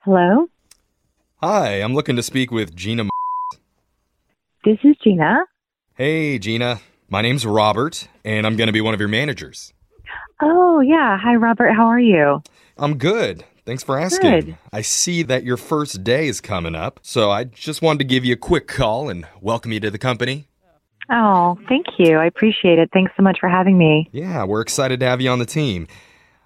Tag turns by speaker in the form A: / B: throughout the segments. A: Hello,
B: Hi, I'm looking to speak with Gina. M-
A: this is Gina.
B: Hey, Gina. My name's Robert, and I'm going to be one of your managers.
A: Oh, yeah. Hi, Robert. How are you?
B: I'm good. Thanks for asking.
A: Good.
B: I see that your first day is coming up, so I just wanted to give you a quick call and welcome you to the company.
A: Oh, thank you. I appreciate it. Thanks so much for having me.
B: Yeah, we're excited to have you on the team.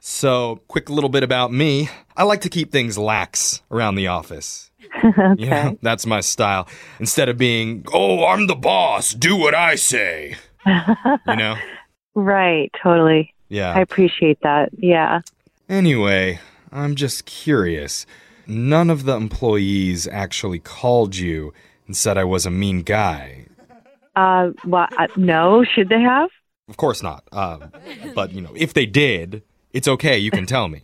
B: So, quick little bit about me. I like to keep things lax around the office.
A: okay.
B: Yeah, that's my style. Instead of being, "Oh, I'm the boss. Do what I say." you know?
A: Right. Totally.
B: Yeah.
A: I appreciate that. Yeah.
B: Anyway, I'm just curious. None of the employees actually called you and said I was a mean guy.
A: Uh, well, uh, no. Should they have?
B: Of course not. Uh, but, you know, if they did, it's okay. You can tell me.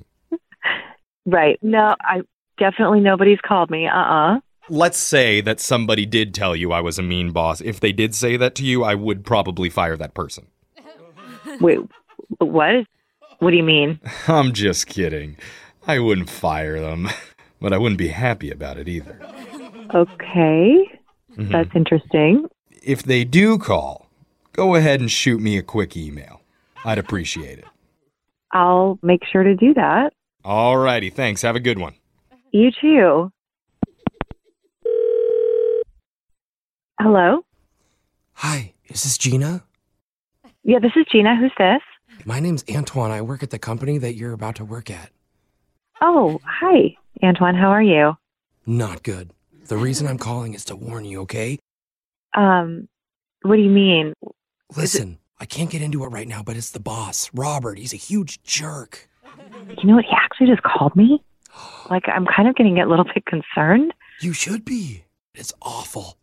A: Right. No. I definitely nobody's called me. Uh. uh
B: Let's say that somebody did tell you I was a mean boss. If they did say that to you, I would probably fire that person.
A: Wait. What? What do you mean?
B: I'm just kidding. I wouldn't fire them, but I wouldn't be happy about it either.
A: Okay.
B: Mhm.
A: That's interesting.
B: If they do call, go ahead and shoot me a quick email. I'd appreciate it.
A: I'll make sure to do that.
B: All righty. Thanks. Have a good one.
A: You too. Hello.
C: Hi, is this Gina?
A: Yeah. This is Gina. Who's this?
C: My name's Antoine. I work at the company that you're about to work at.
A: Oh, hi, Antoine. How are you?
C: Not good. The reason I'm calling is to warn you, okay?
A: Um, what do you mean?
C: Listen, I can't get into it right now, but it's the boss, Robert. He's a huge jerk.
A: You know what? He actually just called me. Like, I'm kind of getting a little bit concerned.
C: You should be. It's awful.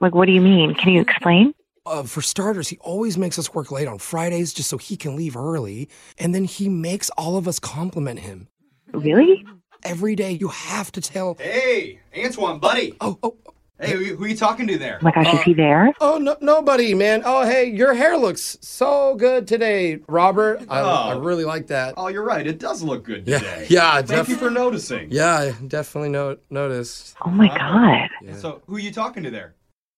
A: Like, what do you mean? Can you explain?
C: Uh, for starters, he always makes us work late on Fridays just so he can leave early, and then he makes all of us compliment him.
A: Really? Oh
C: Every day, you have to tell.
B: Hey, Antoine, buddy.
C: Oh, oh,
B: Hey, who, who are you talking to there?
A: Oh my gosh, is he there?
C: oh, no, nobody, man. Oh, hey, your hair looks so good today, Robert. I, I
B: Oh.
C: really like that.
B: Oh, you're right. It does look good
C: Yeah, yeah,
B: Thank you
C: def-
B: for noticing.
C: yeah, I definitely no- noticed.
A: Oh my god.
C: Yeah.
B: So, who are you talking to there?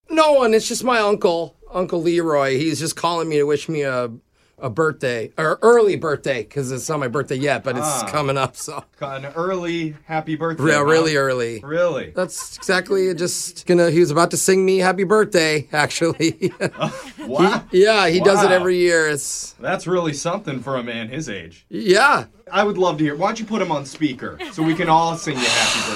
C: No one. It's just my uncle, Uncle Leroy. He's just calling me to wish me a a birthday or early birthday because it's not my birthday yet, but it's
B: Ah.
C: coming up. So
B: An early happy birthday.
C: yeah,
B: huh?
C: really early.
B: Really?
C: That's exactly it. Just gonna. He was about to sing me happy birthday. Actually,
B: Wow.
C: yeah, he does it
B: Wow.
C: every year. It's
B: That's really something for a man his age.
C: yeah.
B: I would love to hear. Why don't you put him on speaker so we can all sing you happy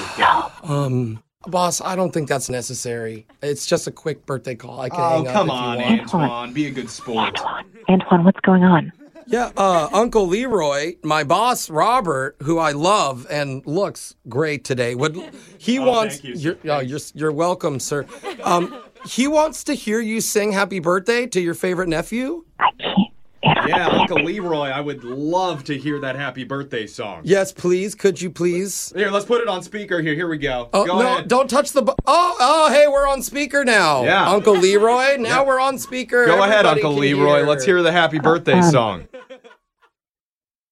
B: birthday?
C: Um, boss, I don't think that's necessary. It's just a quick birthday call. I can
B: Oh,
C: hang up
B: come
C: if you
B: on,
C: want.
B: Antoine. Be a good sport.
A: Antoine, what's going on?
C: Yeah, uh, Uncle Leroy, my boss Robert, who I love and looks great today, would he wants
B: thank you, sir.
C: you're, oh, you're you're welcome, sir. Um, he wants to hear you sing "Happy Birthday" to your favorite nephew.
A: I can't. Antoine,
B: Yeah,
A: I can't.
B: Uncle Leroy, I would love to hear that happy birthday song.
C: Yes, please. Could you please?
B: Here, let's put it on speaker here. Here we go.
C: Oh
B: go
C: no!
B: ahead.
C: Don't touch the. Bu- oh oh! Hey, we're on speaker now.
B: Yeah.
C: Uncle Leroy. Now we're on speaker.
B: Go ahead,
C: Everybody
B: Uncle
C: can
B: Leroy. Let's hear the happy birthday song.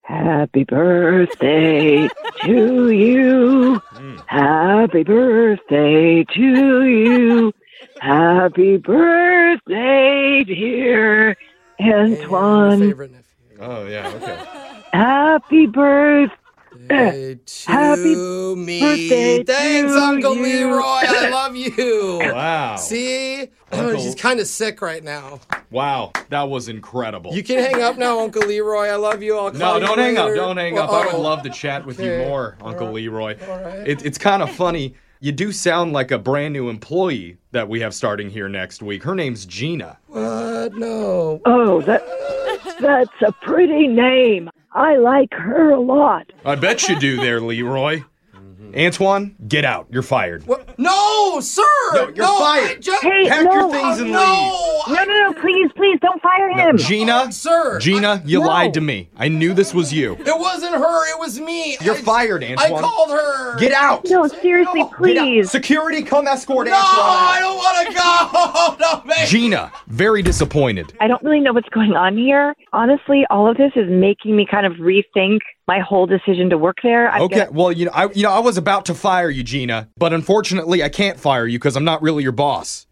A: Happy birthday to you. Happy birthday to you. Happy birthday, dear
C: Hey, your
A: Antoine.
C: favorite nephew.
B: Oh, yeah, okay.
A: Happy birthday.
C: Hey, to
A: Happy
C: me.
A: birthday
C: Thanks,
A: to
C: Uncle
A: you.
C: Leroy. I love you.
B: Wow.
C: See, Oh,
B: Uncle-
C: she's kind of sick right now.
B: Wow, that was incredible.
C: You can hang up now, Uncle Leroy. I love you. I'll call
B: no,
C: you
B: don't hang up.
C: later.
B: Don't hang up.
C: Well,
B: I would
C: oh.
B: love to chat with you
C: Okay.
B: more, Uncle
C: All right.
B: Leroy.
C: All right.
B: It, it's kind of funny. You do sound like a brand new employee that we have starting here next week. Her name's Gina.
C: What? No.
A: Oh, that that's a pretty name. I like her a lot.
B: I bet you do there, Leroy. Antoine, get out. You're fired.
C: Mm-hmm. What? No, sir.
B: No, you're
C: I
B: fired.
C: just,
A: Hey,
B: Pack your
A: no,
B: things and
C: no.
A: No, no, no, please, please don't fire him.
B: leave. Gina,
C: Oh, Sir,
B: Gina, you
A: No.
B: lied to me. I knew this was you.
C: It wasn't her. It was me.
B: You're
C: I-
B: fired,
C: I
B: Antoine.
C: called her.
B: Get out.
A: no, seriously,
B: Oh, Get out.
A: please.
B: Security, come escort
C: No, I don't want to go. No, man.
B: Gina, very disappointed.
A: I don't really know what's going on here. Honestly, all of this is making me kind of rethink
D: my whole decision to work there. I've
B: Okay,
D: got-
B: well, you know, I you know, I was about to fire you, Gina, but unfortunately, I can't fire you because I'm not really your boss.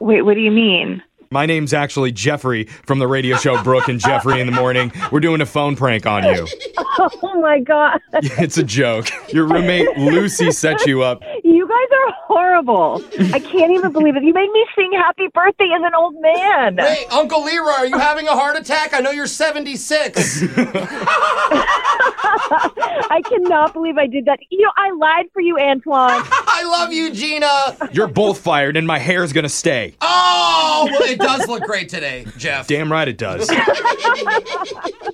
D: wait, what do you mean?
B: My name's actually Jeffrey from the radio show Brooke and Jeffrey in the Morning. We're doing a phone prank on you.
A: Oh my God.
B: It's a joke. Your roommate Lucy set you up.
A: You guys are horrible. I can't even believe it. You made me sing happy birthday as an old man.
C: Hey, Uncle Leroy, are you having a heart attack? I know you're 76.
A: I cannot believe I did that. You know, I lied for you, Antoine.
C: I love you, Gina.
B: You're both fired, and my hair's gonna stay.
C: Oh, well, it does look great today, Jeff.
B: Damn right it does.